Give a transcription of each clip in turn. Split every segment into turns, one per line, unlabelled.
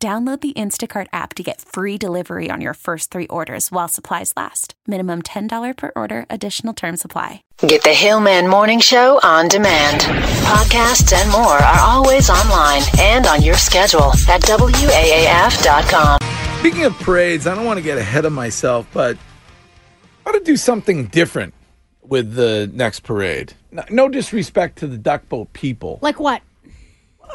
Download the Instacart app to get free delivery on your first three orders while supplies last. Minimum $10 per order, additional term supply.
Get the Hillman Morning Show on demand. Podcasts and more are always online and on your schedule at WAAF.com.
Speaking of parades, I don't want to get ahead of myself, but I ought to do something different with the next parade. No, no disrespect to the Duck Boat people.
Like what?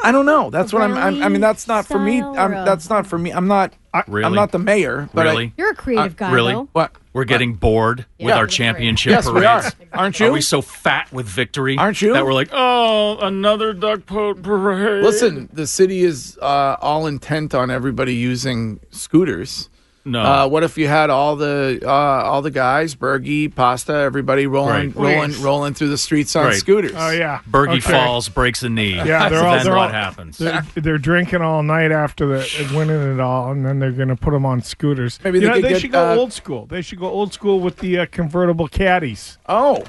I don't know. That's what I'm, I'm. I mean, that's not for me.
Style
I'm,
or a-
that's not for me. I'm not. I, I'm
Really?
not the mayor. But I-
really?
You're a creative guy,
really?
though.
Uh, what?
We're getting bored with our championship
Yes, we are.
parades.
Aren't you?
we so fat with victory?
Aren't you?
That we're like, oh, another duck boat parade.
Listen, the city is uh, all intent on everybody using scooters.
no,
Uh, what if you had all the uh, all the guys, Bergie, Pasta, everybody rolling,
Right.
rolling,
Please.
rolling through the streets on
Right.
scooters?
Oh yeah,
Bergie
Okay.
falls, breaks a knee.
Yeah, they're all
then
they're
what
all,
happens?
They're, they're drinking all night after the winning it all, and then they're gonna put them on scooters.
Maybe
You
they
know,
could get,
should go
uh,
old school. They should go old school with the uh, convertible caddies.
Oh,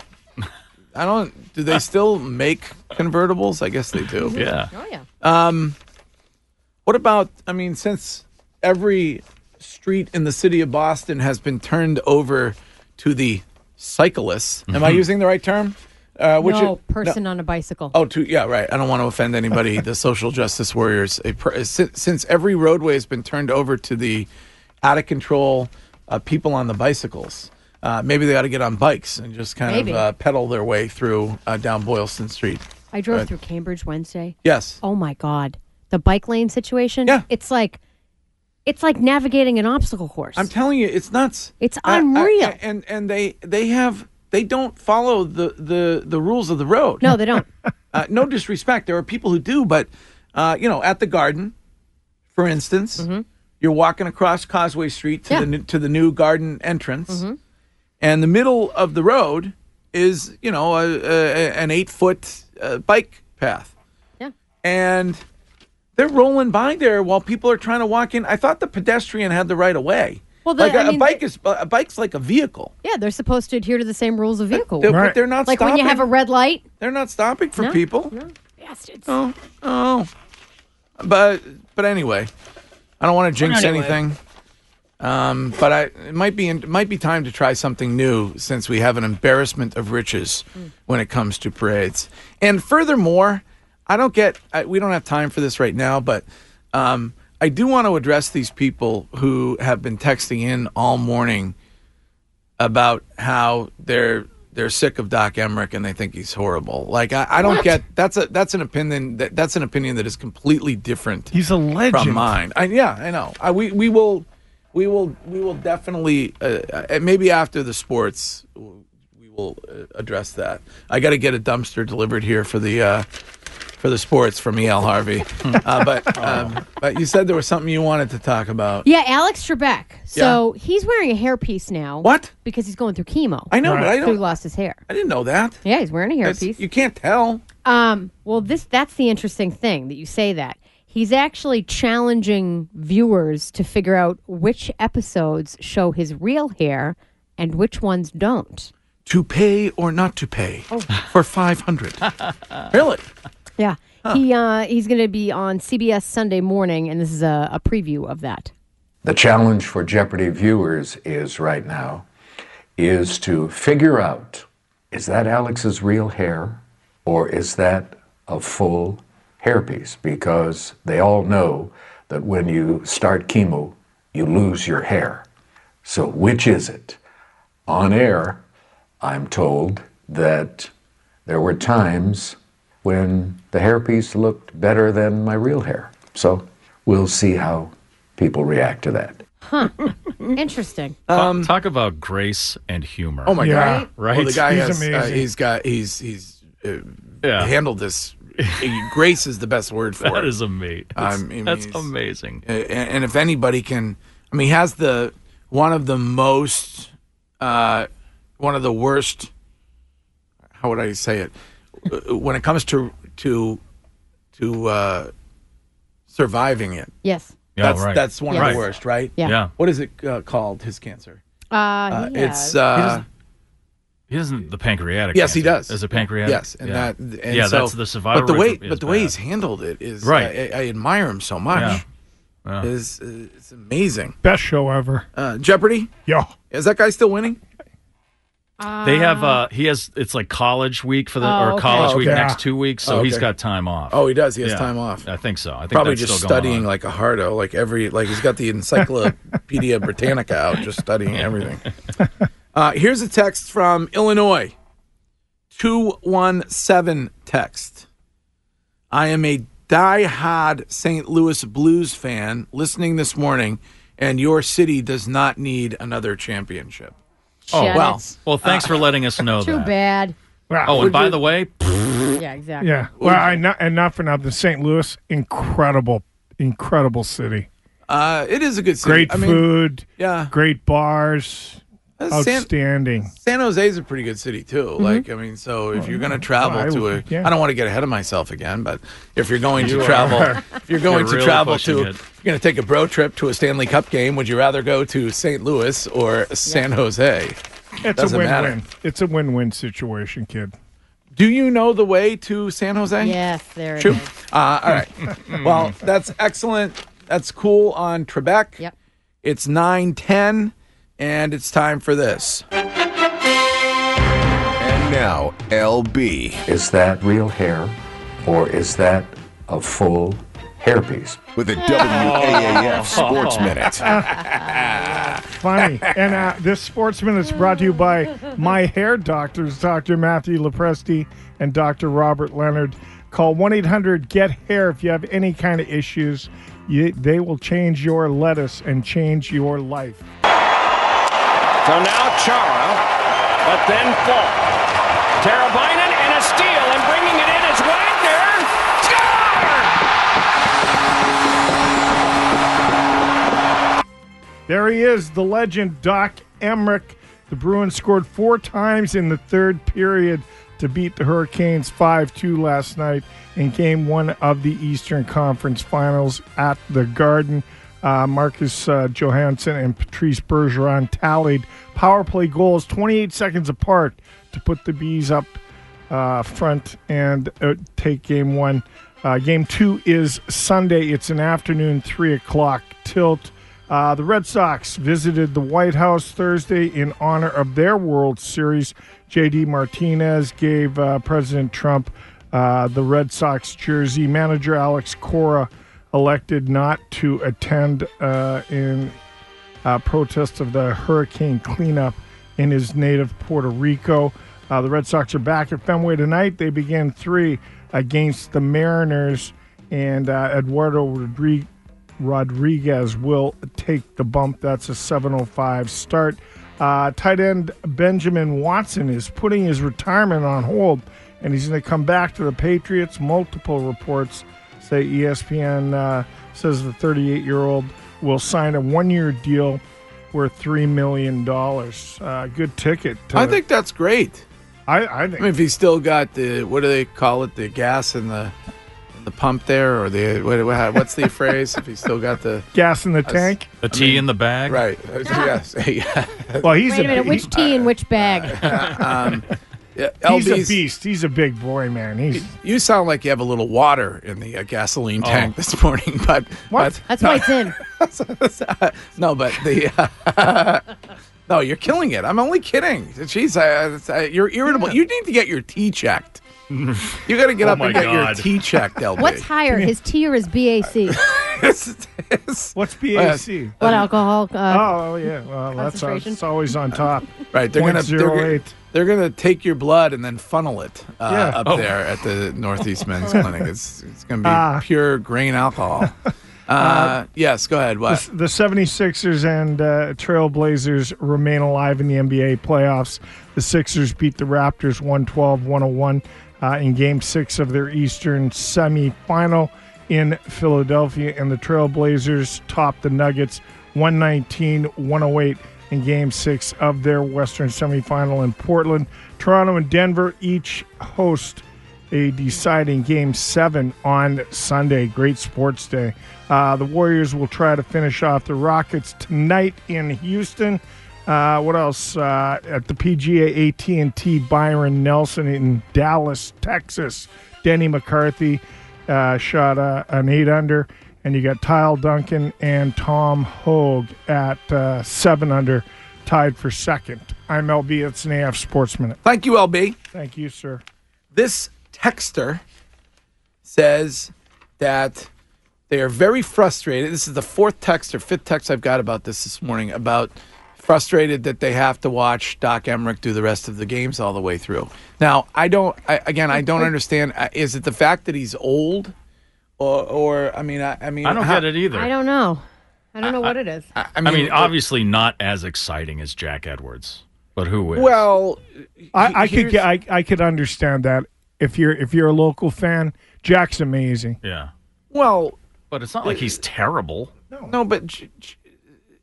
I don't. Do they still make convertibles? I guess they do.
yeah.
Oh yeah.
What about? I mean, since every street in the city of Boston has been turned over to the cyclists. Am I using the right term? Uh, which
no
is-
person on a bicycle.
Oh, to, yeah, right. I don't want to offend anybody. the social justice warriors. A, per- since, since every roadway has been turned over to the out of control uh, people on the bicycles, uh, maybe they ought to get on bikes and just kind
Maybe.
of uh, pedal their way through uh, down Boylston Street.
I drove
Right.
through Cambridge Wednesday.
Yes.
Oh my god, the bike lane situation.
Yeah.
It's like, it's like navigating an obstacle course.
I'm telling you, it's nuts.
It's
I- I-
unreal.
and and they they have they don't follow the the the rules of the road.
no, they don't.
Uh, no disrespect. There are people who do, but uh, you know, at the garden, for instance, you're walking across Causeway Street to
Mm-hmm. Yeah. Mm-hmm.
the the to the new garden entrance, and the middle of the road is you know a, a, an eight foot uh, bike path,
Yeah.
and they're rolling by there while people are trying to walk in. I thought the pedestrian had the right of way.
Well, the-
like a,
I
a
mean,
bike
the-
is a bike's like a vehicle.
yeah, they're supposed to adhere to the same rules of vehicle.
They're-
Right.
But they're not
like
stopping.
when you have a red light.
they're not stopping for
No,
people.
No. Bastards.
Oh, oh. But but anyway, I don't want to jinx anything. Um, but I it might be it might be time to try something new since we have an embarrassment of riches
Mm.
when it comes to parades. And furthermore, I don't get I, we don't have time for this right now, but um, I do want to address these people who have been texting in all morning about how they're they're sick of Doc Emmerich and they think he's horrible. Like I, I don't get that's a that's an opinion that that's an opinion that is completely different
He's a legend.
from mine. I, yeah, I know. I, we we will we will we will definitely uh, uh, maybe after the sports we will uh, address that. I got to get a dumpster delivered here for the. Uh, for the sports from El Harvey, uh, but um, but you said there was something you wanted to talk about.
Yeah, Alex Trebek. So he's wearing a hairpiece now.
What?
Because he's going through chemo.
I know, but I
So he
don't.
lost his hair.
I didn't know that.
Yeah, he's wearing a
That's-
hairpiece.
You can't tell.
Um, well, this that's the interesting thing that you say that. He's actually challenging viewers to figure out which episodes show his real hair and which ones don't.
to pay or not to pay for 500 really
Yeah. He uh, he's going to be on CBS Sunday morning and this is a, a preview of that.
The challenge for Jeopardy viewers is right now is to figure out is that Alex's real hair or is that a full hairpiece because they all know that when you start chemo you lose your hair. So which is it? On air, I'm told that there were times when the hairpiece looked better than my real hair. So we'll see how people react to that.
Interesting.
talk, talk about grace and humor.
Um, oh my
Yeah.
god
Right?
well, the guy
He's
has uh,
amazing.
he's got he's he's uh,
Yeah.
handled this grace is the best word for
That
it.
is amazing.
I mean,
That's
he's-
amazing.
A- and if anybody can, I mean, he has the one of the most, uh, one of the worst. How would I say it? Uh, when it comes to to to uh, surviving it,
Yes.
Yeah,
that's
right.
that's one of
Right.
the worst, right?
Yeah.
Yeah.
What is it uh, called? His cancer.
Uh,
Uh,
yeah.
It's uh,
He doesn't the pancreatic.
Yes, he
cancer.
does.
Is it pancreatic?
yes, and
yeah.
that and
yeah,
so-
that's the survivor.
But the way,
is- is
but the way
bad.
he's handled it is
Right.
I, I admire him so
Yeah.
much.
Yeah.
Is uh, it's amazing.
Best show ever.
Uh, Jeopardy
Yo.
is that guy still winning?
They have uh he has it's like college week for the
Oh,
or
okay.
college
Oh,
week
okay.
next two weeks, so
Oh,
he's
okay.
got time off.
Oh, he does. He has
Yeah.
time off.
I think so. I think
Probably
that's
just
still going
studying
on.
like a hardo, like every like he's got the Encyclopedia Britannica out, just studying everything. Uh, here's a text from Illinois, two one seven text. I am a die-hard St. Louis Blues fan listening this morning, and your city does not need another championship.
Oh,
Shit.
wow.
Well, thanks
uh,
for letting us know
Too
that.
bad.
Wow.
Oh, and by the way,
Yeah, exactly.
yeah. Well, I not, and not for nothing. St. Louis, incredible, incredible city.
Uh, it is a good city.
Great
I mean,
food,
Yeah,
great bars,
Uh, San,
outstanding.
San Jose is a pretty good city too. Like, I mean, so if you're going to travel
Mm-hmm. I
to
would
a,
think, yeah.
I don't want to get ahead of myself again, but if you're going to travel, if you're going
You're
to
really
travel
pushing
to,
it.
if you're going to take a bro trip to a Stanley Cup game, would you rather go to St. Louis or San Jose?
It's a
doesn't
win-win.
matter.
It's a win-win situation, kid.
Do you know the way to San Jose?
Yes, there it
True.
is.
Uh, all right. well, that's excellent. That's cool on Trebek.
Yep.
It's nine ten, and it's time for this.
And now, LB
Is that real hair or is that a full hairpiece?
with
Oh.
a WAAF Sports Minute.
Funny. and uh, this Sportsman is brought to you by my hair doctors, Dr. Matthew Lepresti and Dr. Robert Leonard. Call 1 800 GET HAIR if you have any kind of issues. You, they will change your lettuce and change your life.
So now Chara, but then Falk. Teravainen and a steal, and bringing it in is Wagner. Score!
There he is, the legend Doc Emmerich. The Bruins scored four times in the third period to beat the Hurricanes 5 2 last night in game one of the Eastern Conference Finals at the Garden. Uh, Marcus uh, Johansson and Patrice Bergeron tallied power play goals 28 seconds apart to put the Bees up uh, front and uh, take game one. Uh, game two is Sunday. It's an afternoon, 3 o'clock tilt. Uh, the Red Sox visited the White House Thursday in honor of their World Series. JD Martinez gave uh, President Trump uh, the Red Sox jersey. Manager Alex Cora elected not to attend uh, in uh, protest of the hurricane cleanup in his native Puerto Rico. Uh, the Red Sox are back at Fenway tonight. They begin three against the Mariners, and uh, Eduardo Rodri- Rodriguez will take the bump. That's a 7:05 start. Uh, tight end Benjamin Watson is putting his retirement on hold, and he's going to come back to the Patriots. Multiple reports say E ESPN uh, says the 38 year old will sign a one year deal worth three million dollars. Uh, good ticket. to-
I think that's great.
I, I think
I mean, if he's still got the what do they call it, the gas in the in the pump there, or the what, what- what's the phrase? If he's still got the
gas in the tank.
the tea in the bag.
right, yes, yeah.
Well, he's
Wait a minute. Which
beast.
tea in which bag?
Yeah,
He's a
LB's
beast. He's a big boy, man. He's
You sound like you have a little water in the uh, gasoline tank this morning, but
Oh. What?
That's why it's in.
but- no, but the. uh, No, you're killing it. I'm only kidding. Jeez, I, I, I- you're irritable. You need to get your tea checked. You got to
Oh
get up
my
and get your
God.
tea checked, LB.
What's higher, his tea or his BAC?
It's- it's-
what's BAC?
What alcohol? Uh,
Oh yeah, well that's uh,
Concentration.
it's always on top.
Right, they're gonna they're, gonna-
0.08.
they're gonna take your blood and then funnel it uh,
Yeah.
up there at the Northeast Men's Clinic. It's it's gonna be
Ah.
pure grain alcohol. Uh, yes, go ahead. What?
The 76ers and uh, Trailblazers remain alive in the NBA playoffs. The Sixers beat the Raptors 112 101. uh, in Game 6 of their Eastern semifinal in Philadelphia. And the Trailblazers topped the Nuggets 119 108 in Game 6 of their Western semifinal in Portland. Toronto and Denver each host a deciding Game 7 on Sunday. Great sports day. Uh, the Warriors will try to finish off the Rockets tonight in Houston. Uh, what else? Uh, at the PGA AT&T, Byron Nelson in Dallas, Texas. Denny McCarthy uh, shot uh, an eight under, and you got Tyle Duncan and Tom Hogue at uh, seven under, tied for second. I'm LB. It's an AF Sports Minute.
Thank you, LB.
Thank you, sir.
This texter says that they are very frustrated. This is the fourth text or fifth text I've got about this this morning about frustrated that they have to watch Doc Emmerich do the rest of the games all the way through. Now, I don't. I, again, I don't understand. Uh, Is it the fact that he's old, or, or I mean, I, I mean,
I don't
how-
get it either.
I don't know. I don't know what it is.
I,
I mean,
uh,
obviously not as exciting as Jack Edwards, but who is?
well,
I, I could
here's-
get, I, I could understand that if you're if you're a local fan. Jack's amazing.
yeah,
well,
but it's not like he's terrible.
no, but J- J-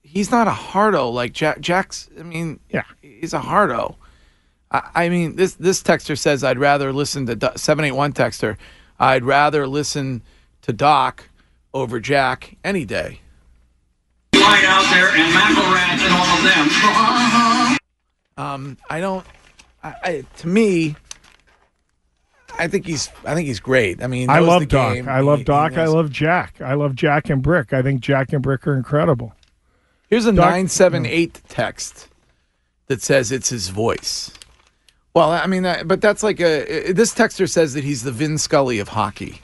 he's not a hardo like Jack. Jack's. I mean,
Yeah.
he's a hardo. I, I mean, this this texter says I'd rather listen to Do- seven eight one texter. I'd rather listen to Doc over Jack any day.
White out there and McElrath and all of them.
Um, I don't. I, I, to me, I think he's. I think he's great. I mean,
I
knows
love
the
Doc.
game.
I
He-
love
he
Doc. I
knows-
love Jack. I love Jack and Brick. I think Jack and Brick are incredible.
Here's a
Doc-
nine seven eight text that says it's his voice. Well, I mean, I, but that's like a. i- This texter says that he's the Vin Scully of hockey,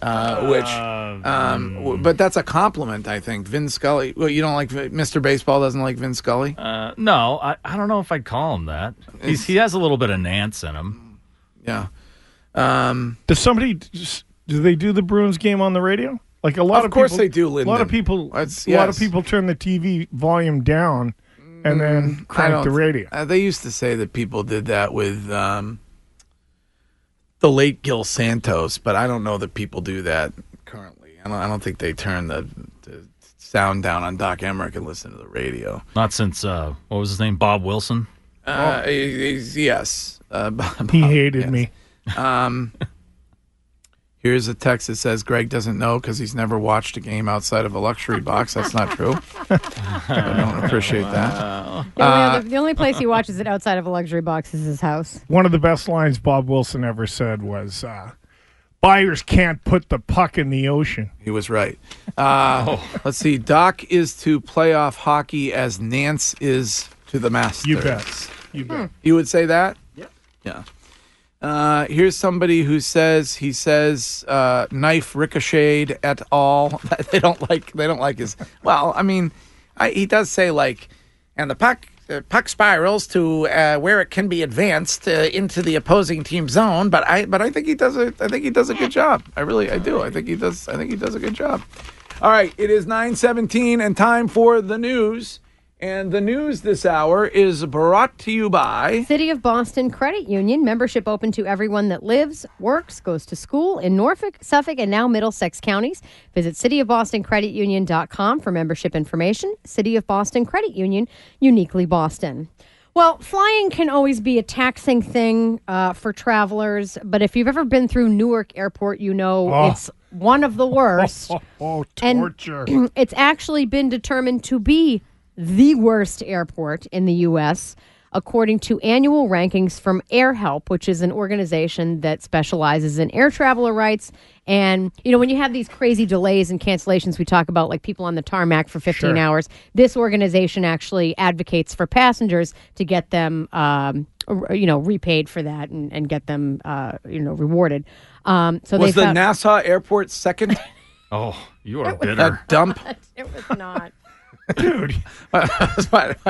uh, which. Um, w- but that's a compliment, I think. Vin Scully. Well, you don't like Vin- Mr. Baseball doesn't like Vin Scully.
Uh, no, I, I don't know if I'd call him that. He's, he has a little bit of Nance in him.
Yeah. Um,
Does somebody just, do they do the Bruins game on the radio? Like a lot
Of
of,
course
people,
they do,
A lot
Lyndon.
of people.
That's-
a lot of
yes.
people turn the TV volume down and then
Mm, I
crank the
don't-
radio.
Uh, they used to say that people did that with um, the late Gil Santos, but I don't know that people do that currently. I don't, I don't think they turn the, the sound down on Doc Emmerich and listen to the radio.
Not since uh, what was his name, Bob Wilson.
Uh, he- he's- yes. Uh, Bob-
Oh. He
Bob,
hated
yes.
me.
Here's a text that says Greg doesn't know because he's never watched a game outside of a luxury box. That's not true. I don't appreciate that.
The only, other, the only place he watches it outside of a luxury box is his house.
One of the best lines Bob Wilson ever said was, uh, "Buyers can't put the puck in the ocean."
He was right. Uh,
Oh.
Let's see. Doc is to playoff hockey as Nance is to the Masters.
You bet.
Hmm.
You bet.
You would say that? Yeah. Yeah. Uh, here's somebody who says he says uh, knife ricocheted at all. they don't like they don't like his. Well, I mean, I, he does say like, and the puck uh, puck spirals to uh, where it can be advanced uh, into the opposing team zone. But I but I think he does a I think he does a good job. I really I do. I think he does I think he does a good job. All right, it is 9:17 and time for the news. And the news this hour is brought to you by
City of Boston Credit Union, membership open to everyone that lives, works, goes to school in Norfolk, Suffolk, and now Middlesex counties. Visit cityofbostoncreditunion.com for membership information. City of Boston Credit Union, uniquely Boston. Well, flying can always be a taxing thing uh, for travelers, but if you've ever been through Newark Airport, you know
Oh.
it's one of the worst.
Oh, oh,
And-
torture.
it's actually been determined to be the worst airport in the U.S., according to annual rankings from AirHelp, which is an organization that specializes in air traveler rights. And, you know, when you have these crazy delays and cancellations, we talk about like people on the tarmac for 15 hours. This organization actually advocates for passengers to get them, um, r- you know, repaid for that and, and get them, uh, you know, rewarded. Um, so
was
they
the
found-
Nassau Airport second
Oh, you are
that
bitter.
dump.
It was not.
Dude,
I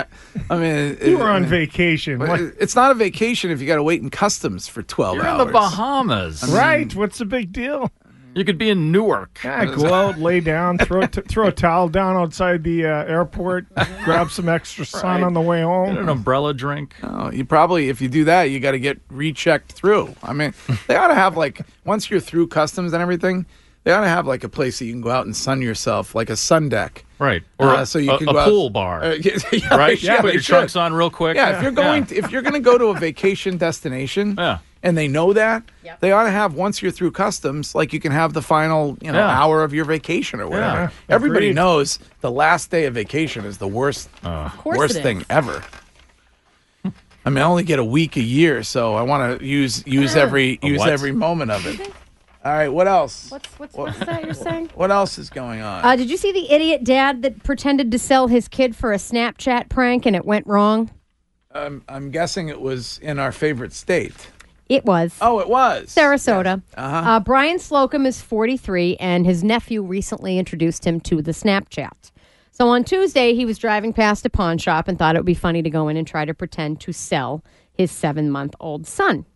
mean,
you were on vacation. What-
It's not a vacation if you got to wait in customs for 12
You're in
hours.
the Bahamas.
right. What's the big deal?
You could be in Newark.
Yeah, go out, lay down, throw t- throw a towel down outside the uh, airport, grab some extra sun
Right.
on the way home.
Get an umbrella drink.
Oh, you probably, if you do that, you got to get rechecked through. I mean, they ought to have like once you're through customs and everything, they ought to have like a place that you can go out and sun yourself, like a sun deck,
Right. Or
Uh,
a, a- a
out-
pool bar.
Uh, yeah, yeah,
right?
yeah,
Put
they
your
should.
trunks on real quick.
Yeah, if you're going, to, if you're going to go to a vacation destination,
Yeah.
and they know that, they ought to have once you're through customs, like you can have the final, you know,
Yeah.
hour of your vacation or whatever.
Yeah.
Everybody
Agreed.
knows the last day of vacation is the worst,
Uh.
course
worst
it is.
thing ever. I mean, I only get a week a year, so I want to use use
Uh-huh.
every
A
use
what?
every moment of it. All right, what else?
What's what's, what's that you're saying?
What else is going on?
Uh, did you see the idiot dad that pretended to sell his kid for a Snapchat prank and it went wrong?
I'm, I'm guessing it was in our favorite state.
It was.
Oh, it was
Sarasota. Uh, Brian Slocum is 43, and his nephew recently introduced him to the Snapchat. So on Tuesday, he was driving past a pawn shop and thought it would be funny to go in and try to pretend to sell his seven month old son.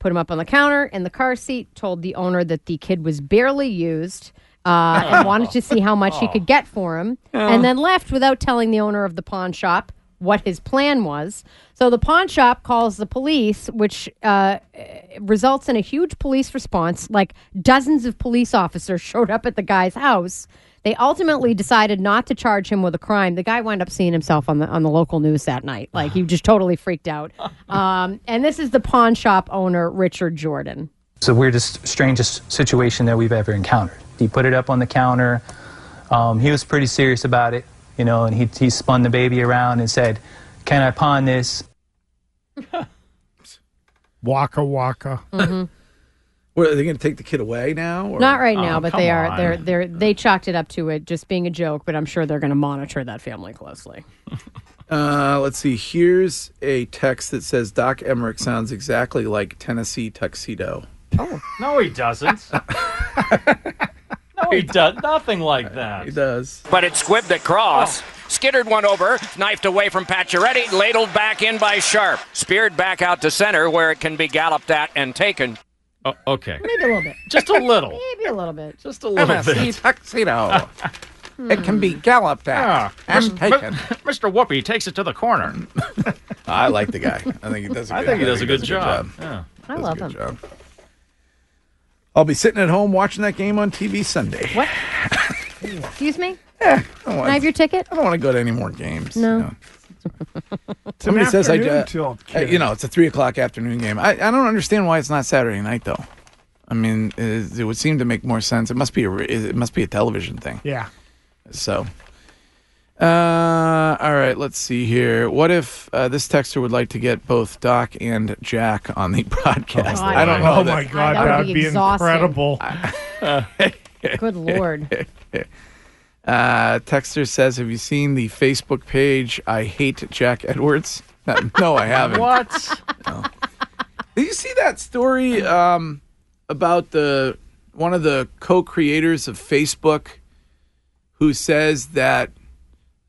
Put him up on the counter in the car seat, told the owner that the kid was barely used uh, and wanted to see how much he could get for him, and then left without telling the owner of the pawn shop what his plan was. So the pawn shop calls the police, which uh, results in a huge police response. Like dozens of police officers showed up at the guy's house. They ultimately decided not to charge him with a crime. The guy wound up seeing himself on the on the local news that night. Like he just totally freaked out. Um, and this is the pawn shop owner Richard Jordan.
It's the weirdest, strangest situation that we've ever encountered. He put it up on the counter. Um, he was pretty serious about it, you know, and he, he spun the baby around and said, Can I pawn this?
Waka waka.
What, are they going to take the kid away now? Or?
Not right now,
Oh,
but
come
they are
on.
they're they're they chalked it up to it just being a joke. But I'm sure they're going to monitor that family closely.
Uh, let's see. Here's a text that says Doc Emmerich sounds exactly like Tennessee tuxedo.
No, he doesn't. no, he does nothing like that.
He does.
but it squibbed across. Skittered one over, knifed away from Pacioretty, ladled back in by Sharp, speared back out to center where it can be galloped at and taken.
Oh, okay,
Maybe a little bit.
just a little,
Maybe a little bit.
just a little
Tennessee
bit.
tuxedo. it can be galloped at and taken.
Mr. Whoopi takes it to the corner.
I like the guy. I think he does. A
I
good,
think he does a good job.
I
Does a
love
good
him.
job. I'll be sitting at home watching that game on TV Sunday.
What? Excuse me.
I don't
Can I have
want,
your ticket?
I don't want to go to any more games. you
No.
know. Somebody says I.
afternoon
Uh,
till
uh, you know, it's a three o'clock afternoon game. I, I don't understand why it's not Saturday night though. I mean, it, it would seem to make more sense. It must be a re- it must be a television thing.
Yeah.
So, uh, all right, let's see here. What if uh, this texter would like to get both Doc and Jack on the broadcast?
Oh,
I don't know.
Oh
that-
my God,
that would
that would
be
be
exhausting.
incredible.
Good lord.
Uh, texter says, "Have you seen the Facebook page? I hate Jack Edwards." Uh, no, I haven't.
What?
Did you see that story um, about the one of the co-creators of Facebook who says that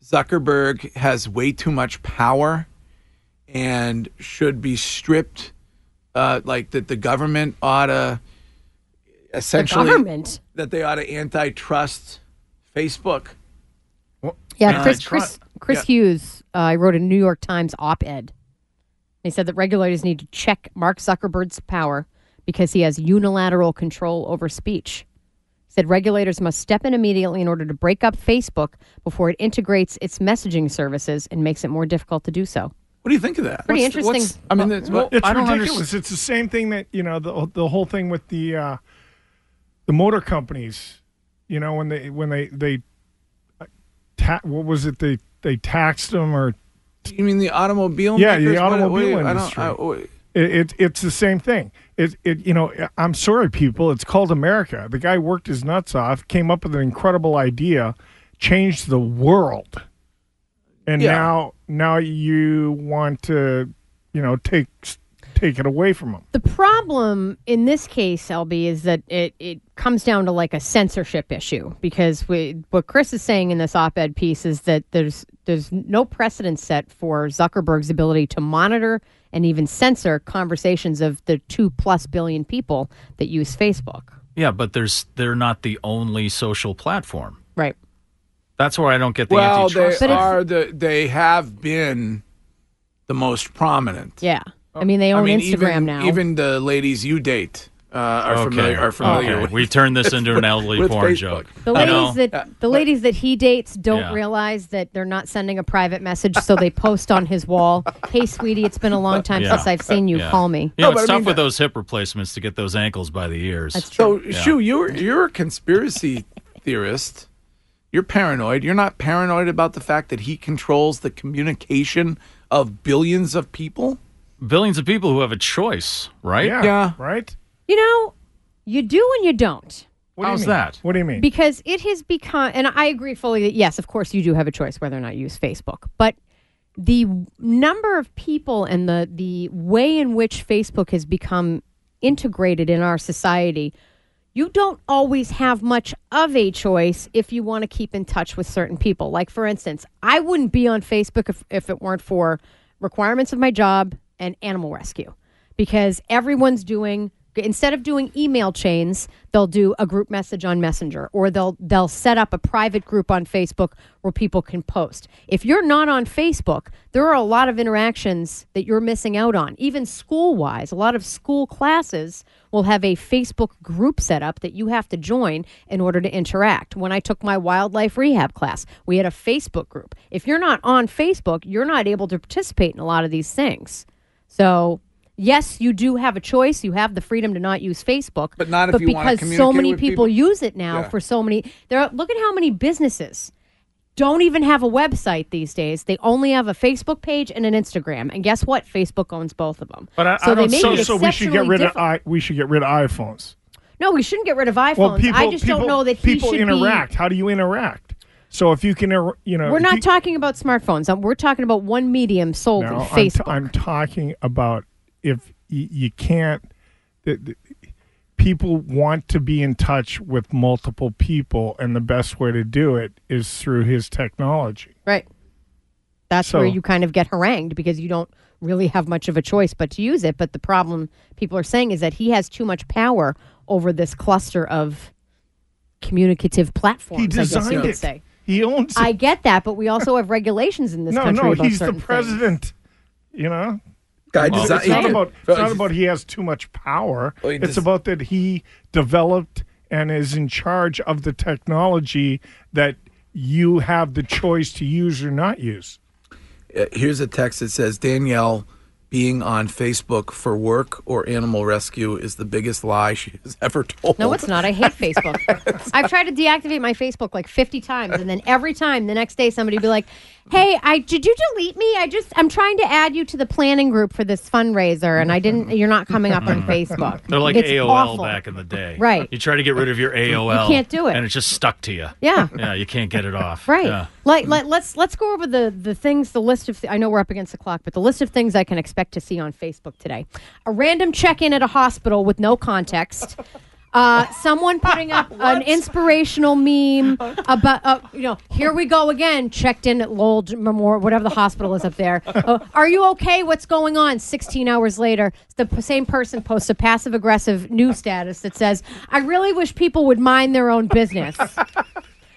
Zuckerberg has way too much power and should be stripped? Uh, like that, the government ought to
The
essentially
government.
that they ought to antitrust Facebook.
Yeah, Chris
try-
Chris Chris Hughes. Uh, I wrote a New York Times op-ed. He said that regulators need to check Mark Zuckerberg's power because he has unilateral control over speech. He said regulators must step in immediately in order to break up Facebook before it integrates its messaging services and makes it more difficult to do so.
What do you think of that?
Pretty
What's the-
interesting.
what's- I mean, that's what-
It's
I don't
ridiculous.
understand.
It's the same thing that you know the the whole thing with the uh, the motor companies. You know when they when they they uh, ta- what was it they they taxed them or
you mean the automobile?
Yeah, the
makers? What- what-
automobile
I don't-
industry.
I- what-
It, it it's the same thing. It it you know I'm sorry people. It's called America. The guy worked his nuts off, came up with an incredible idea, changed the world, and
Yeah.
now now you want to you know take take it away from him.
The problem in this case, LB, is that it, it comes down to like a censorship issue because we, what Chris is saying in this op-ed piece is that there's there's no precedent set for Zuckerberg's ability to monitor and even censor conversations of the two plus billion people that use Facebook.
Yeah, but there's they're not the only social platform.
Right.
That's where I don't get the
well, they
antitrust.
are the they have been the most prominent.
Yeah. I mean, they
Oh, I
own
mean,
Instagram
even,
now.
Even the ladies you date uh, are
Okay.
familiar. Are familiar
Okay.
with,
We turned this into an elderly
with
porn
Facebook.
joke.
the
I
ladies
know.
that the ladies that he dates don't
Yeah.
realize that they're not sending a private message, so they post on his wall, "Hey, sweetie, it's been a long time
Yeah.
since I've seen you.
Yeah.
Call me."
You know, it's tough with those hip replacements to get those ankles by the ears.
So,
Yeah.
Shu, you're you're a conspiracy theorist. You're paranoid. You're not paranoid about the fact that he controls the communication of billions of people.
Billions of people who have a choice, right?
Yeah,
right.
You know, you do and you don't.
What do you mean? What do you mean?
Because it has become, and I agree fully that yes, of course, you do have a choice whether or not you use Facebook, but the w- number of people and the the way in which Facebook has become integrated in our society, you don't always have much of a choice if you want to keep in touch with certain people. Like for instance, I wouldn't be on Facebook if, if it weren't for requirements of my job and animal rescue because everyone's doing instead of doing email chains they'll do a group message on messenger or they'll they'll set up a private group on facebook where people can post if you're not on facebook there are a lot of interactions that you're missing out on even school wise a lot of school classes will have a facebook group set up that you have to join in order to interact when i took my wildlife rehab class we had a facebook group if you're not on facebook you're not able to participate in a lot of these things so yes, you do have a choice. You have the freedom to not use Facebook, but
not if you wanna
because so
communicate
many
with
people,
people.
use it now
Yeah.
for so many. There, are, look at how many businesses don't even have a website these days. They only have a Facebook page and an Instagram. And guess what? Facebook owns both of them.
But I,
so
I
they
don't.
make
So,
it
so we should get
exceptionally
rid
different.
of. I, we should get rid of iPhones.
No, we shouldn't get rid of iPhones.
Well, people.
I just
people,
don't know that he
people
should
interact.
Be,
How do you interact? So if you can, er- you know,
we're
if
not
you-
talking about smartphones. Um, We're talking about one medium sold in
No, I'm, t-
Facebook.
I'm talking about if you, you can't. th- th- people want to be in touch with multiple people, and the best way to do it is through his technology.
Right. That's
So-
where you kind of get harangued because you don't really have much of a choice but to use it. But the problem people are saying is that he has too much power over this cluster of communicative platforms.
He
I guess you
designed
could
it.
say.
He owns it.
I get that, but we also have regulations in this
no,
country
no,
about
he's the
certain things.
president. You know,
Guy
it's,
designed
it's not
it.
about it's not about he has too much power.
Well, he
it's
des-
about that he developed and is in charge of the technology that you have the choice to use or not use.
Uh, Here's a text that says Danielle being on Facebook for work or animal rescue is the biggest lie she has ever told.
No, it's not. I hate Facebook. I've tried to deactivate my Facebook like 50 times, and then every time the next day somebody would be like, "Hey, I did you delete me? I just I'm trying to add you to the planning group for this fundraiser, and I didn't. You're not coming up on Facebook.
They're like
It's
AOL
awful.
back in the day.
Right.
You try to get rid of your AOL.
You can't do it.
And it's just stuck to you.
Yeah.
Yeah, you can't get it off.
Right.
Yeah.
Like, let, let's let's go over the the things, the list of. I know we're up against the clock, but the list of things I can expect to see on Facebook today: a random check-in at a hospital with no context. Uh, someone putting up an inspirational meme about, uh, you know, here we go again. Checked in at Lowell Memorial, whatever the hospital is up there. Uh, are you okay? What's going on? 16 hours later, the p- same person posts a passive aggressive news status that says, I really wish people would mind their own business.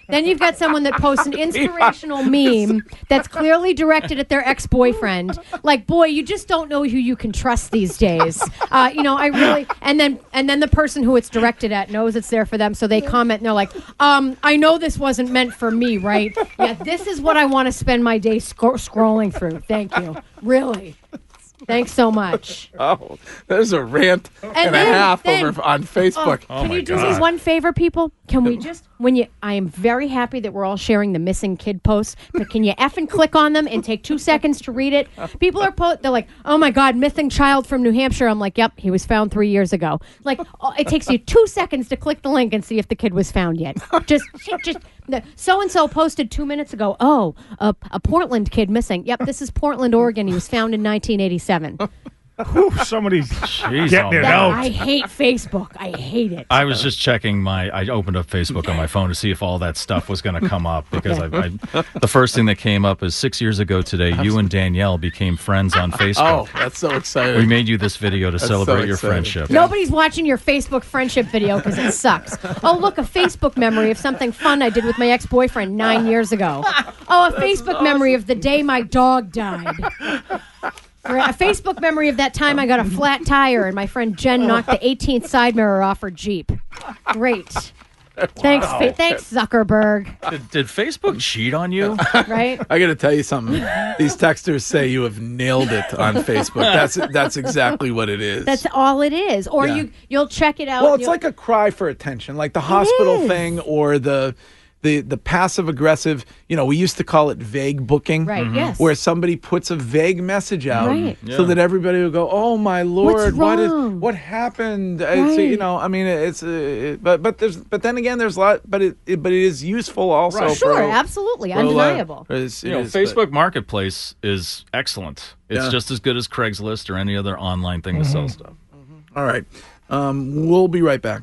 Then you've got someone that posts an inspirational meme that's clearly directed at their ex boyfriend. Like, boy, you just don't know who you can trust these days. Uh, you know, I really. And then, and then the person who it's directed at knows it's there for them, so they comment and they're like, um, "I know this wasn't meant for me, right? Yeah, this is what I want to spend my day scro- scrolling through. Thank you, really. Thanks so much."
Oh, there's a rant and,
then-
a half
then-
over on Facebook.
Oh, can you do me one favor, people? Can we just when you? I am very happy that we're all sharing the missing kid posts, but can you effing click on them and take two seconds to read it? People are po- they're like, oh my god, missing child from New Hampshire. I'm like, yep, he was found three years ago. Like, oh, it takes you two seconds to click the link and see if the kid was found yet. Just, just. So and so posted two minutes ago. Oh, a, a Portland kid missing. Yep, this is Portland, Oregon. He was found in 1987.
Whew, somebody's getting it
almighty.
out.
I hate Facebook. I hate it.
I was just checking my. I opened up Facebook on my phone to see if all that stuff was going to come up because I, I, the first thing that came up is six years ago today. You and Danielle became friends on
Oh,
Facebook.
that's so exciting.
we made you this video to
That's so
celebrate your
exciting.
friendship.
Nobody's watching your Facebook friendship video because it sucks. Oh, look, a Facebook memory of something fun I did with my ex boyfriend nine years ago. Oh, a Facebook memory of the day my dog died. Or a Facebook memory of that time I got a flat tire and my friend
Oh.
Jen knocked the 18th side mirror off her Jeep. Great. Thanks,
Wow.
fa- thanks Zuckerberg.
Did, did Facebook cheat on you?
Right?
I got to tell you something. These texters say you have nailed it on Facebook. That's that's exactly what it is.
That's all it is. Or
Yeah.
you you'll check it out.
well,
and
it's
you'll-
like a cry for attention, like the hospital
is.
thing or the the the passive aggressive. You know, we used to call it vague booking,
Right, Mhm. yes.
Where somebody puts a vague message out
Right.
so
Yeah.
that everybody will go, "Oh my lord, what is
wrong?"
what happened?" It's, you
Right.
know, I mean, it's uh, it- but but there's but then again, there's a lot, but it, it but it is useful also.
Right. Sure,
for-
absolutely,
for a lot-
undeniable.
for this-
you know,
is, but-
Facebook Marketplace is excellent.
Yeah.
It's
Mm-hmm.
just as good as Craigslist or any other online thing to sell stuff.
All right, um, we'll be right back.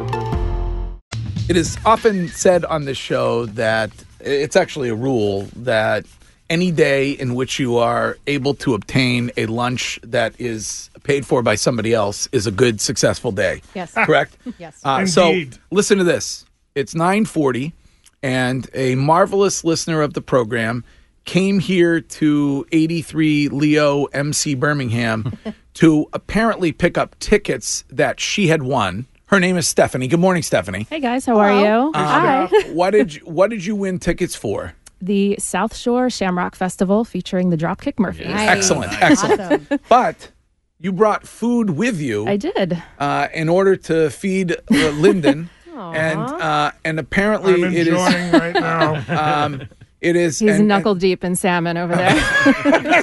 It is often said on this show that it's actually a rule that any day in which you are able to obtain a lunch that is paid for by somebody else is a good, successful day.
Yes.
Correct?
Yes.
Uh, so
Indeed.
listen to this. It's 940, and a marvelous listener of the program came here to 83 Leo MC Birmingham to apparently pick up tickets that she had won. Her name is Stephanie. Good morning, Stephanie.
Hey guys, how are you?
Um,
Hi.
what did you, what did you win tickets for?
The South Shore Shamrock Festival featuring the Dropkick Murphys.
Excellent, excellent. But you brought food with you.
I did.
Uh, in order to feed uh, Lyndon, and uh, and apparently
I'm
it is
enjoying right now.
Um, it is.
He's
and-
knuckle deep in salmon over there.
Oh,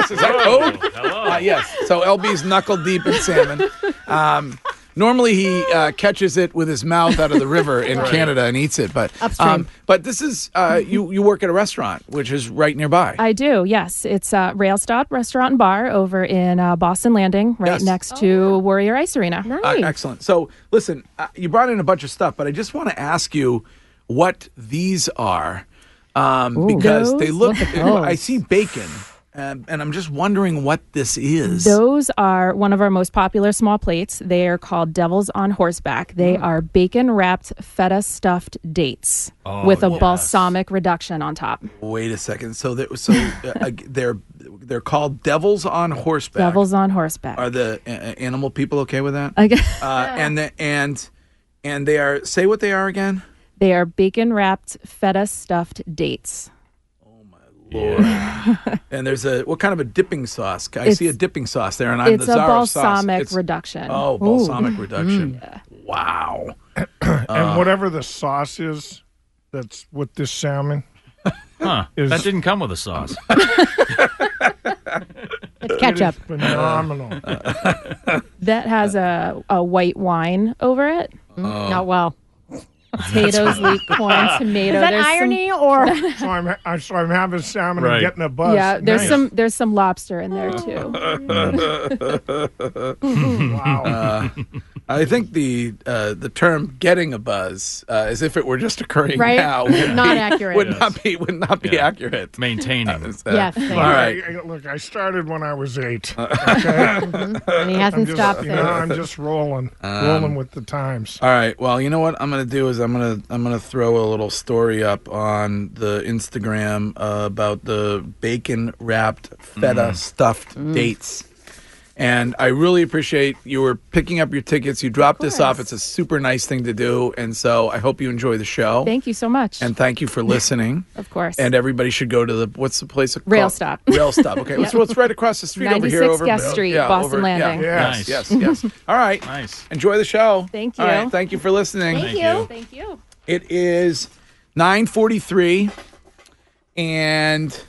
Is that code? Uh, yes. So LB's knuckle deep in salmon. Um, normally he uh, catches it with his mouth out of the river in
Right.
Canada and eats it, but um,
Upstream.
but this is uh, you you work at a restaurant which is right nearby.
I do, yes. It's uh, Railstop Restaurant and Bar over in uh, Boston Landing, right
Yes.
next to Warrior Ice Arena.
Uh, excellent. So, listen, uh, you brought in a bunch of stuff, but I just want to ask you what these are um,
Ooh.
because they
Those?
look.
Look at those.
I see bacon, um, and I'm just wondering what this is.
Those are one of our most popular small plates. They are called Devils on Horseback. They
Mm.
are bacon wrapped feta stuffed dates
Oh,
with a
yes.
balsamic reduction on top.
Wait a second. So, there, so uh, uh, they're they're called devils on horseback.
Devils on Horseback.
Are the uh, uh, animal people okay with that?
I guess-
Uh, and the, and and they are say what they are again.
They are bacon wrapped feta stuffed dates.
Lord. and there's a what kind of a dipping sauce? I see a
It's-
dipping sauce there, and I'm
It's
the
a
czar of sauce.
balsamic
It's-
reduction.
Oh,
Ooh. Mm-hmm.
balsamic reduction. Wow.
and
Uh,
whatever the sauce is, that's with this salmon.
Huh.
Is-
that didn't come with a sauce.
It's
ketchup.
phenomenal.
Uh,
That has a, a white wine over it.
Not
well. Potatoes, leek corn, tomato.
Is that
There's some-
irony or
so I'm, ha- I'm so I'm having salmon
Right.
and getting a buzz.
Yeah, there's
Oh, Nice.
some there's some lobster in there too.
wow. Uh, I think the uh, the term "getting a buzz" uh, as if it were just occurring
Right?
now would
Not
be,
accurate.
Would not be would not be accurate.
Maintaining.
Yes,
all
Look,
right.
I, I- look, I started when I was eight.
Uh,
Okay?
And he hasn't
I'm just,
stopped
you
since.
know, I'm just rolling,
Um, uh,
rolling with the times.
All right. Well, you know what I'm gonna do is I'm gonna I'm gonna throw a little story up on the Instagram uh, about the bacon wrapped feta
Mm.
stuffed
Mm.
dates, And I really appreciate you were picking up your tickets. You dropped this off. It's a super nice thing to do. And so I hope you enjoy the show.
Thank you so much.
And thank you for listening.
Of course.
And everybody should go to the what's the place? called-
Rail stop.
Rail stop. Okay,
Yep.
so it's right across the street over here.
96
Over
Guest Street, Boston
yeah,
Landing.
yes,
Nice.
yes, yes. All right. Nice. Enjoy the show.
Thank
All right.
you.
Thank you for listening.
Thank you.
It is 9:43 and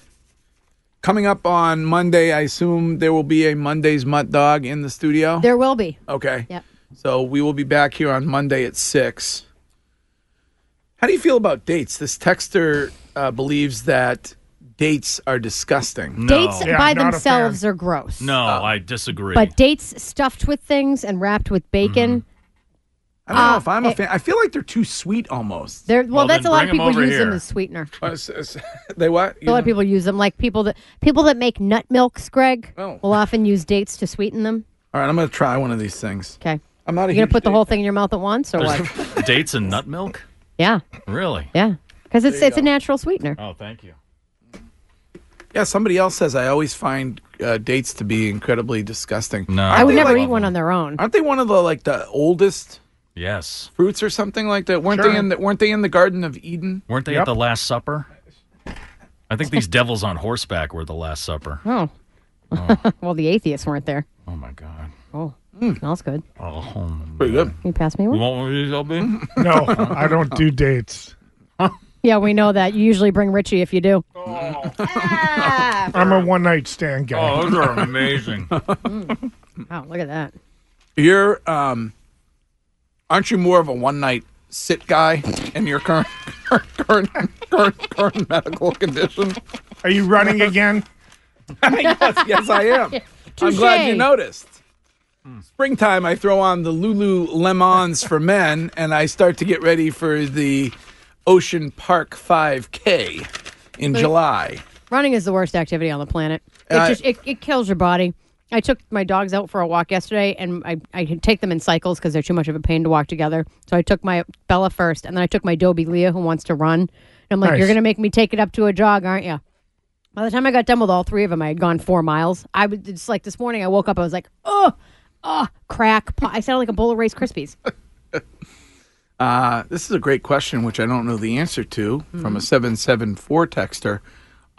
coming up on Monday, I assume there will be a Monday's Mutt Dog in the studio.
There will be.
Okay.
Yep.
So we will be back here on Monday at 6. How do you feel about dates? This texter uh, believes that dates are disgusting.
Dates by themselves are gross.
No, I disagree.
But dates stuffed with things and wrapped with bacon.
I don't
Uh,
know if I'm a
it-
fan. I feel like they're too sweet almost.
They're, well, that's a lot of people use them as sweetener.
Uh, s- s- they what?
A lot of people use them, like people that people that make nut milks. Greg
Oh.
will often use dates to sweeten them.
All right, I'm going to try one of these things.
Okay,
I'm not a
you gonna
huge
put the whole thing in your mouth at once or what?
There's dates and nut milk?
yeah,
Really?
yeah, because it's
There you
it's a
go.
natural sweetener.
Oh, thank you.
Yeah, somebody else says I always find uh, dates to be incredibly disgusting. No,
I would never eat one on their own.
Aren't they one of the like the oldest
Yes.
fruits or something like that? Weren't
Sure.
they in the, Weren't they in the Garden of Eden?
Weren't they at the Last Supper? I think these devils on horseback were the Last Supper.
Oh, well, the atheists weren't there.
Oh my God.
Oh, smells good.
Oh,
pretty good.
Can you pass me
You
one?
Mm.
want one of these, LB?
No, I don't do dates.
Yeah, we know that. You usually bring Richie if you do.
I'm a one night stand guy.
Oh, those are amazing.
Oh, Wow, Oh, look at that.
You're um, aren't you more of a one night sit guy in your current current current, current medical condition?
Are you running again?
Mm-hmm. yes, yes, I am. I'm glad you
Touché.
noticed. Springtime, I throw on the Lululemons for men, and I start to get ready for the Ocean Park 5K in
Right.
July.
Running is the worst activity on the planet. It
Uh,
just it, it kills your body. I took my dogs out for a walk yesterday, and I, I could take them in cycles because they're too much of a pain to walk together. So I took my Bella first, and then I took my Dobie Leah, who wants to run. And I'm like,
Nice.
"You're gonna make me take it up to a jog, aren't you?" By the time I got done with all three of them, I had gone four miles. I was just like this morning. I woke up. I was like, "Oh, oh, crack!" pa-" I sounded like a bowl of Rice Krispies.
Uh, this is a great question, which I don't know the answer to, from a
Mhm.
774 texter.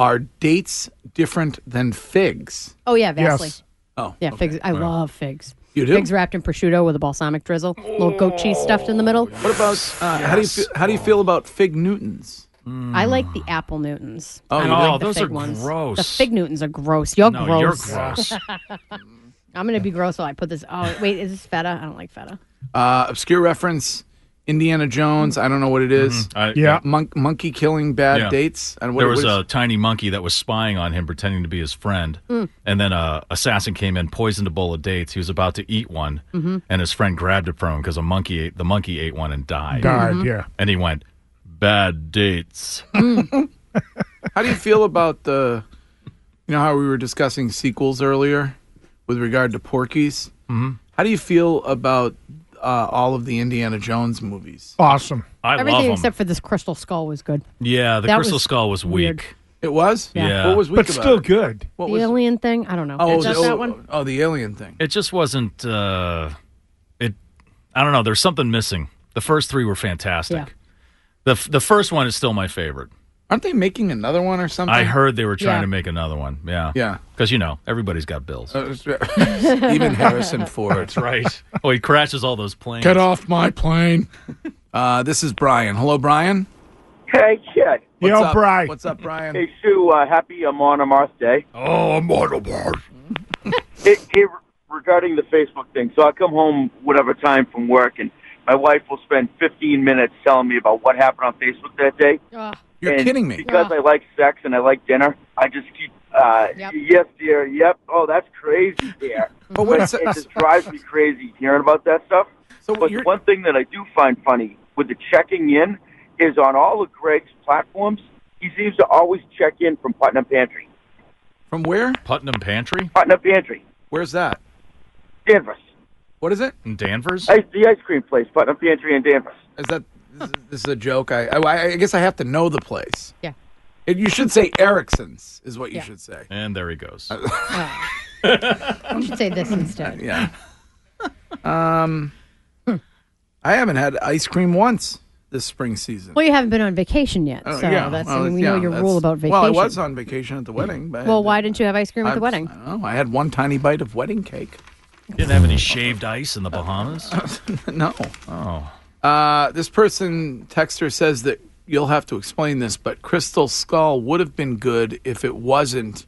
Are dates different than figs?
Oh yeah, vastly.
Oh,
Yeah, figs. I
Wow.
love figs.
You do?
Figs wrapped in prosciutto with a balsamic drizzle, little goat cheese stuffed in the middle.
What about uh, how do you feel, how do you feel about fig Newtons?
I like the apple Newtons.
Hmm. Oh,
I
you
don't
do?
like the
Those
fig
are
ones. The
gross.
fig Newtons are gross. You're
No, you're
gross.
gross.
I'm gonna be gross while I put this. Oh wait, is this feta? I don't like feta.
Uh, obscure reference, Indiana Jones. I don't know what it is.
Mhm. I- Yeah.
Monk, monkey killing bad
Yeah.
dates. And what,
there was
what is-
a tiny monkey that was spying on him, pretending to be his friend.
Mm.
And then a assassin came in, poisoned a bowl of dates. He was about to eat one,
Mm-hmm.
Mhm.
and his friend grabbed it from him because a monkey ate the monkey ate one and died.
Died, Mhm. yeah.
And he went, "Bad dates."
How do you feel about the? You know how we were discussing sequels earlier, with regard to Porky's.
Mhm.
How do you feel about uh, all of the Indiana Jones movies?
Awesome.
I
Everything
love 'em.
except for this crystal skull was good.
Yeah, the
That
Crystal
was
Skull was weak.
weird.
It was.
Yeah. Yeah.
What was weak
But
about
still
it?
good.
What
the
was?
alien thing. I don't know.
Oh,
is that,
the,
that one?
oh, the alien thing.
It just wasn't. Uh, it. I don't know. There's something missing. The first three were fantastic.
Yeah.
The f- the first one is still my favorite.
Aren't they making another one or something?
I heard they were trying
Yeah.
to make another one. Yeah.
Yeah.
Because you know everybody's got bills.
Uh, even Harrison Ford.
That's right. Oh, he crashes all those planes.
Get off my plane. Uh, this is Brian. Hello, Brian.
Hey, kid.
What's Yo, up? Bri. What's up, Brian?
Hey, Sue. Uh, happy uh, Monomarth Day.
Oh,
Monomarth. hey, hey, regarding the Facebook thing, so I come home whatever time from work, and my wife will spend 15 minutes telling me about what happened on Facebook that day.
You're
And
kidding me.
Because I like sex and I like dinner, I just keep, uh, yes, dear, yep, oh, that's crazy, dear.
But what is-
it just drives me crazy hearing about that stuff. but the one thing that I do find funny with the checking in is on all of Greg's platforms, he seems to always check in from Putnam Pantry.
From where?
Putnam Pantry.
Putnam Pantry.
Where's that?
Danvers.
What is it?
In Danvers.
Ice, the ice cream place, Putnam Pantry in Danvers.
Is that this is, this is a joke? I, I I guess I have to know the place.
Yeah.
It, you should say Erickson's is what you should say.
And there he goes.
You should say this instead.
Yeah. Um, I haven't had ice cream once this spring season.
Well, you haven't been on vacation yet,
Oh,
so
yeah.
that's
Well,
I mean, we
yeah,
know your
that's-
rule about vacation.
Well, I was on vacation at the wedding, but
Well, why didn't you have ice cream at
I-
the wedding?
I don't know. I had one tiny bite of wedding cake.
Didn't have any shaved ice in the Bahamas?
no.
Oh.
Uh, this person texter says that you'll have to explain this, but Crystal Skull would have been good if it wasn't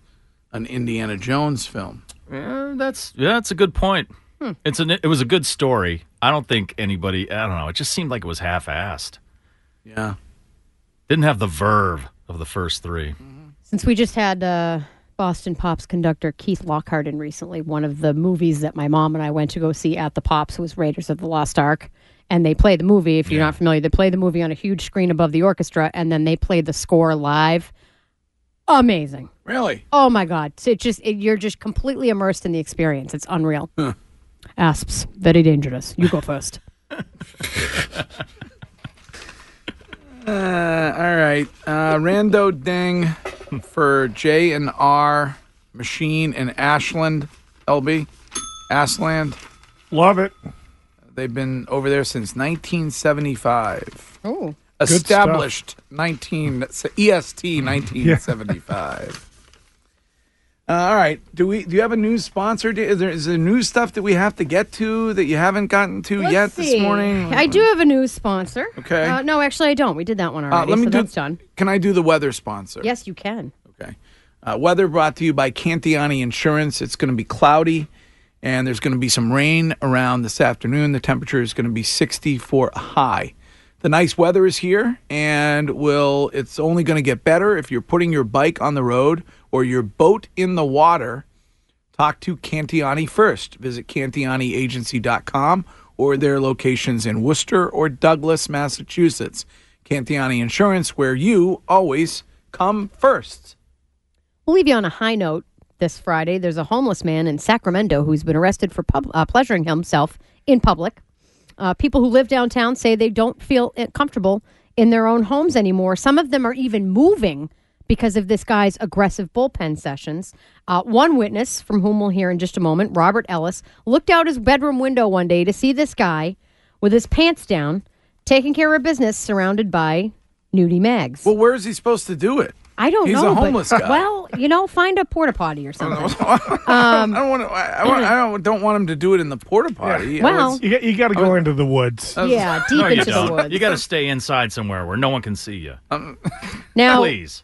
an Indiana Jones film.
Yeah, that's yeah, that's a good point.
Hmm.
It's an it was a good story. I don't think anybody. I don't know. It just seemed like it was half-assed.
Yeah,
didn't have the verve of the first three.
Hmm. Since we just had uh, Boston Pops conductor Keith Lockhart in recently, one of the movies that my mom and I went to go see at the Pops was Raiders of the Lost Ark. And they play the movie. If you're not familiar, they play the movie on a huge screen above the orchestra, and then they play the score live. Amazing.
Really?
Oh my God. So It just it, you're just completely immersed in the experience. It's unreal. Asps, very dangerous. You go first.
Uh, all right. Uh, Rando Ding for J and R Machine and Ashland LB Ashland.
Love it.
They've been over there since 1975.
Oh.
Good stuff.
Established E 19 EST 1975. Uh, all right. Do we? Do you have a news sponsor? Do- Is there is there news stuff that we have to get to that you haven't gotten to
Let's
yet
see.
this morning?
I do have a new sponsor.
Okay.
Uh, no, actually, I don't. We did that one
Uh,
already.
let me
so
do.
that's done.
Can I do the weather sponsor?
Yes, you can.
Okay. Uh, weather brought to you by Cantiani Insurance. It's going to be cloudy and there's going to be some rain around this afternoon. The temperature is going to be 64 high. The nice weather is here and will it's only going to get better if you're putting your bike on the road or your boat in the water. Talk to Cantiani first. Visit cantianiagency.com or their locations in Worcester or Douglas, Massachusetts. Cantiani Insurance, where you always come first.
We'll leave you on a high note this Friday. There's a homeless man in Sacramento who's been arrested for pub- uh, pleasuring himself in public. Uh, people who live downtown say they don't feel uh, comfortable in their own homes anymore. Some of them are even moving because of this guy's aggressive bullpen sessions. Uh, one witness, from whom we'll hear in just a moment, Robert Ellis, looked out his bedroom window one day to see this guy with his pants down, taking care of business, surrounded by nudie mags.
Well, where is he supposed to do it?
I don't
He's
know.
a
but-
homeless guy.
Well, you know, find a porta potty or something. Um,
I don't want to. I, I, want, I don't, don't want him to do it in the porta potty.
Well-
You got, you got to
Oh.
go into the woods.
Yeah, deep
No, you
into the
don't.
woods. Oh.
You got to stay inside somewhere where no one can see you.
Now,
please.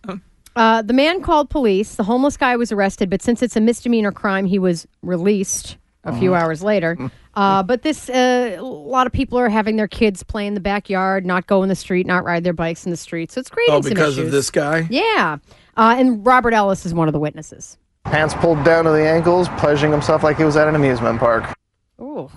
uh, the man called police. The homeless guy was arrested, but since it's a misdemeanor crime, he was released a few
Oh.
Uh-huh.
hours
Mm-hmm.
later. Uh, but this, uh, a lot of people are having their kids play in the backyard, not go in the street, not ride their bikes in the street. So it's creating
oh,
some
because of
issues.
this guy.
Yeah, uh, and Robert Ellis is one of the witnesses.
Pants pulled down to the ankles, pleasuring himself like he was at an amusement park.
Ooh.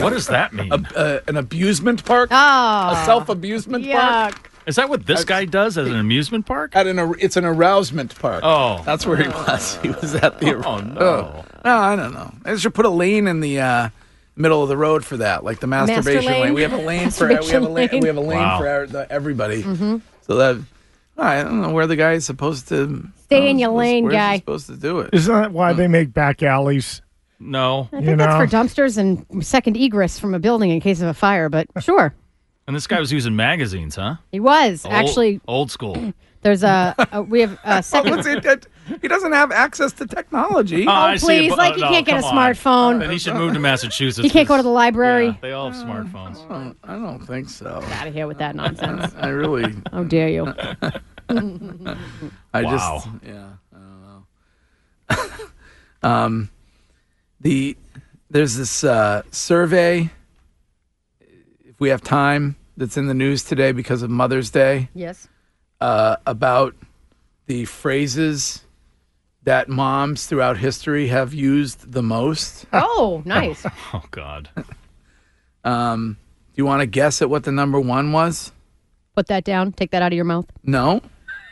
What does that mean?
uh, an abusement park?
Oh.
A self-abusement park?
Is that what this guy does at an amusement park?
At an ar- it's an arousement park.
Oh,
that's where he was. He was at the.
Oh, no.
Oh. No, I don't know. I should put a lane in the uh, middle of the road for that, like the
Master
masturbation
lane?
We have a lane for we have a lane,
Masturbation
we have a lane
lane.
for our, the, everybody.
Mm-hmm.
So that I don't know where the guy is supposed to
Stay in your lane,
where is he
guy.
supposed to do it.
Isn't that why they make back alleys?
No.
I think that's for dumpsters and second egress from a building in case of a fire. But sure,
And this guy was using magazines, huh?
he was
Old-
actually.
old school.
There's a, a we have a second.
What's it- it- he doesn't have access to technology.
Oh,
Ah,
I see, please, but- like, he
no,
can't get a
come on.
smartphone.
Then he should move to Massachusetts.
He can't go to the library. Oh.
They all have smartphones.
I don't, I don't think so.
out of here with that nonsense.
I really.
How dare you?
I just.
Wow.
Yeah. I don't know. um, the there's this uh, survey. If we have time, that's in the news today because of Mother's Day
Yes.
uh, about the phrases that moms throughout history have used the most.
Oh, nice.
Oh God.
Um, do you want to guess at what the number one was?
Put that down. Take that out of your mouth.
No,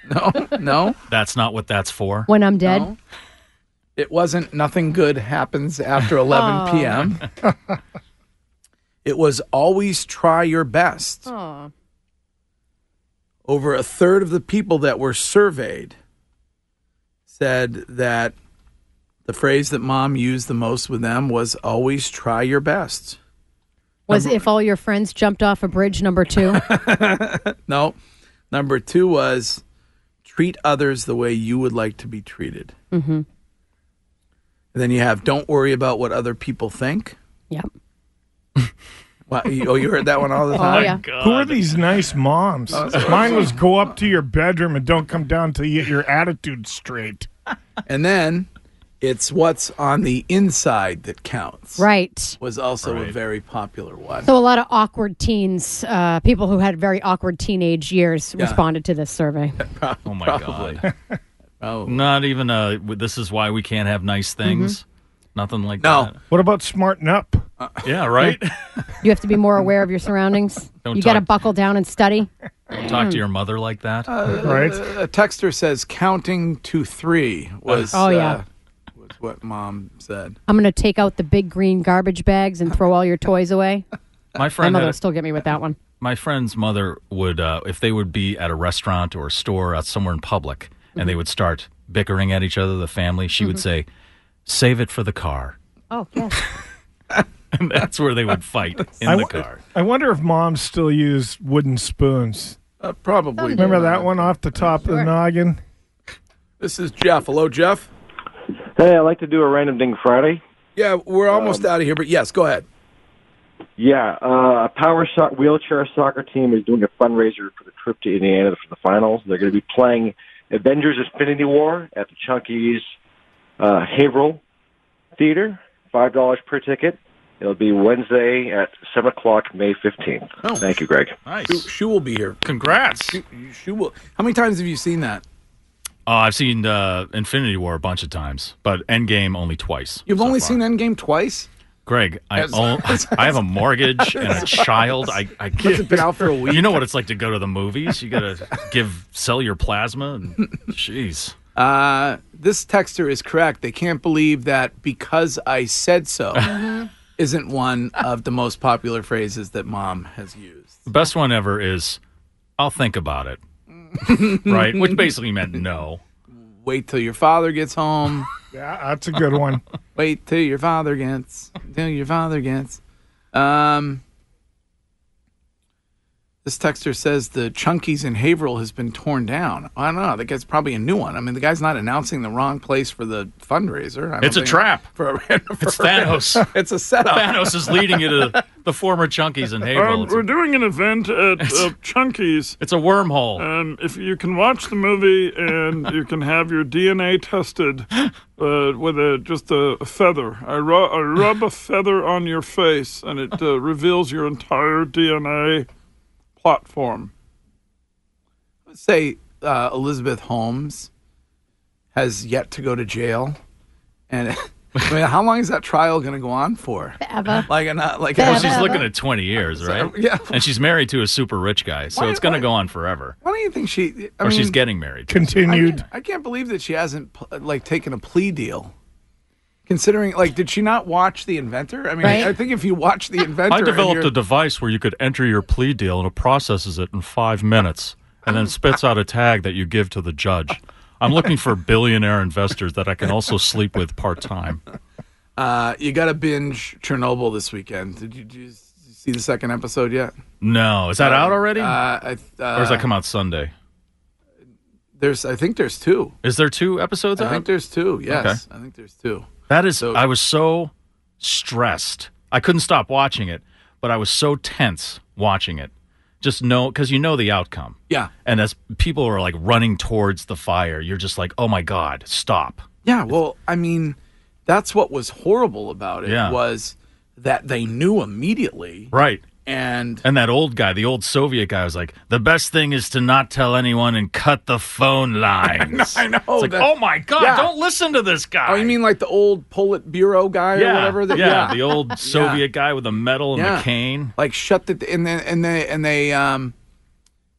no, no.
That's not what that's for.
When I'm dead.
No. It wasn't nothing good happens after 11
Oh.
p.m. it was always try your best.
Oh.
Over a third of the people that were surveyed said that the phrase that mom used the most with them was always try your best.
Was if all your friends jumped off a bridge, number two?
No. Number two was treat others the way you would like to be treated.
mm-hmm.
And then you have don't worry about what other people think.
Yep.
Wow, you, oh, you heard that one all the
Oh,
time?
yeah.
Uh,
Who are these nice moms?
Oh, that's
Mine
awesome.
was go up to your bedroom and don't come down till you get your attitude straight.
And then it's what's on the inside that counts.
Right.
Was also a very popular one.
So a lot of awkward teens, uh, people who had very awkward teenage years,
Yeah.
responded to this survey.
Oh my god. oh. Mm-hmm. Not even a. This is why we can't have nice things. Nothing like that.
What about smarten up?
Yeah. Right.
You have to be more aware of your surroundings.
Don't
you got to
talk-
buckle down and study.
Don't talk to your mother like that.
right. A texter says counting to three was.
Oh, yeah.
uh, was what mom said.
I'm going to take out the big green garbage bags and throw all your toys away.
My friend
My
had
mother
a-
will still get me with that one.
my friend's mother would uh, if they would be at a restaurant or a store out somewhere in public and they would start bickering at each other the family she would say save it for the car
Oh, yes.
and that's where they would fight in
I
the
wo-
car
I wonder if moms still use wooden spoons.
Uh, probably.
Remember that one off the top of the noggin?
This is Jeff. Hello, Jeff.
Hey, I like to do a random thing Friday.
Yeah, we're almost out of here, but yes, go ahead.
Yeah, uh, a power so- wheelchair soccer team is doing a fundraiser for the trip to Indiana for the finals. They're going to be playing Avengers: Infinity War at the Chunky's uh, Haverhill Theater. Five dollars per ticket. It'll be Wednesday at seven o'clock, May fifteenth.
Oh.
Thank you, Greg.
Nice.
Shu, Shu will be here.
Congrats.
Shu, Shu will. How many times have you seen that?
oh i've seen uh, infinity war a bunch of times but endgame only twice
You've only seen Endgame twice.
greg i
That's-
own, i have a mortgage and a child i, I
Must have been out for a week.
you know what it's like to go to the movies you gotta give sell your plasma and jeez
Uh, this texter is correct. They can't believe that because I said so
Mm-hmm.
isn't one of the most popular phrases that mom has used.
Best one ever is, I'll think about it. right? Which basically meant no.
Wait till your father gets home.
yeah, that's a good one.
Wait till your father gets. Till your father gets. Um, this texter says the Chunkies in Haverhill has been torn down. I don't know. That guy's probably a new one. I mean, the guy's not announcing the wrong place for the fundraiser. I don't
It's a
think-
trap.
For a, for
It's Thanos.
it's a setup.
Thanos is leading you to the former Chunkies in Haverhill.
Um, we're doing an event at uh, Chunkies.
It's a wormhole.
Uh,
Um, if you can watch the movie and you can have your DNA tested uh, with a, just a, feather, I, ru- I rub a feather on your face and it uh, reveals your entire DNA platform.
Let's say uh, Elizabeth Holmes has yet to go to jail, and I mean, how long is that trial going to go on for?
Forever.
Like, uh, not like
well, she's looking at 20 years, right?
uh, yeah.
And she's married to a super rich guy, so it's going to go on forever.
Why don't you think she? I
or
mean,
she's getting married.
I can't, I can't believe that she hasn't pl- like taken a plea deal. Considering, like, did she not watch The Inventor? I mean,
Right.
I think if you watch The Inventor,
I
and
developed
you're-
a device where you could enter your plea deal and it processes it in five minutes and then spits out a tag that you give to the judge. I'm looking for billionaire investors that I can also sleep with part time.
uh, you got to binge Chernobyl this weekend. Did you, did you see the second episode yet?
No, is that
Uh,
out already?
Uh, I, uh,
or does that come out Sunday?
There's, I think there's two.
Is there two episodes
I
out?
think there's two. Yes, I think there's two.
That is, I was so stressed. I couldn't stop watching it, but I was so tense watching it. Just know, because you know the outcome.
Yeah.
And as people are like running towards the fire, you're just like, oh my God, stop.
Yeah, well, I mean, that's what was horrible about it
Yeah.
was that they knew immediately.
Right.
And
And that old guy, the old Soviet guy, was like, the best thing is to not tell anyone and cut the phone lines. I know. It's like,
that-
oh my God,
Yeah.
don't listen to this guy.
Oh, you mean like the old Politburo guy
yeah,
or whatever? that-
yeah, the old Soviet guy with the medal and
Yeah.
the cane.
like shut the and then and they and they um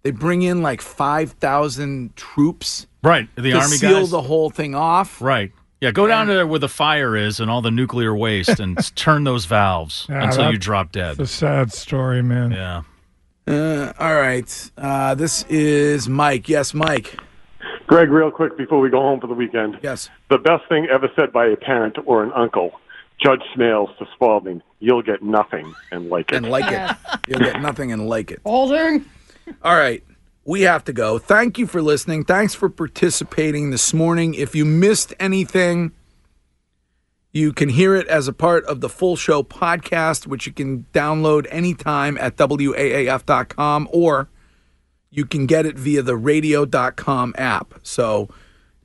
they bring in like five thousand troops.
Right, the
to
army
seal
guys.
the whole thing off.
Right. Yeah, go down to where the fire is and all the nuclear waste and s- turn those valves
Yeah,
until you
that-
drop
It's
dead.
a sad story, man.
Yeah.
Uh, all right, uh, this is Mike. Yes, Mike.
Greg, real quick before we go home for the weekend.
Yes.
The best thing ever said by a parent or an uncle, Judge Smales to Spalding, you'll get nothing and like it.
And like it. You'll get nothing and like it.
Spalding.
All right. We have to go. Thank you for listening. Thanks for participating this morning. If you missed anything, you can hear it as a part of the full show podcast, which you can download anytime at waaf.com or you can get it via the radio.com app. So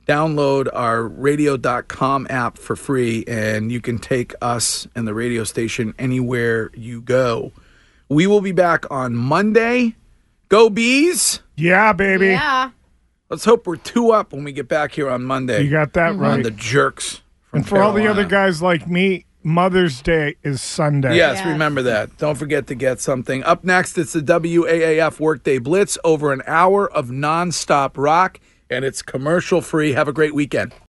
download our radio.com app for free and you can take us and the radio station anywhere you go. We will be back on Monday. Go Bees.
Yeah, baby.
Yeah.
Let's hope we're two up when we get back here on Monday.
You got that
On
right.
the jerks. from
And for all the
Carolina.
other guys like me, Mother's Day is Sunday.
Yes, remember that. Don't forget to get something. Up next, it's the WAAF Workday Blitz over an hour of nonstop rock, and it's commercial free. Have a great weekend.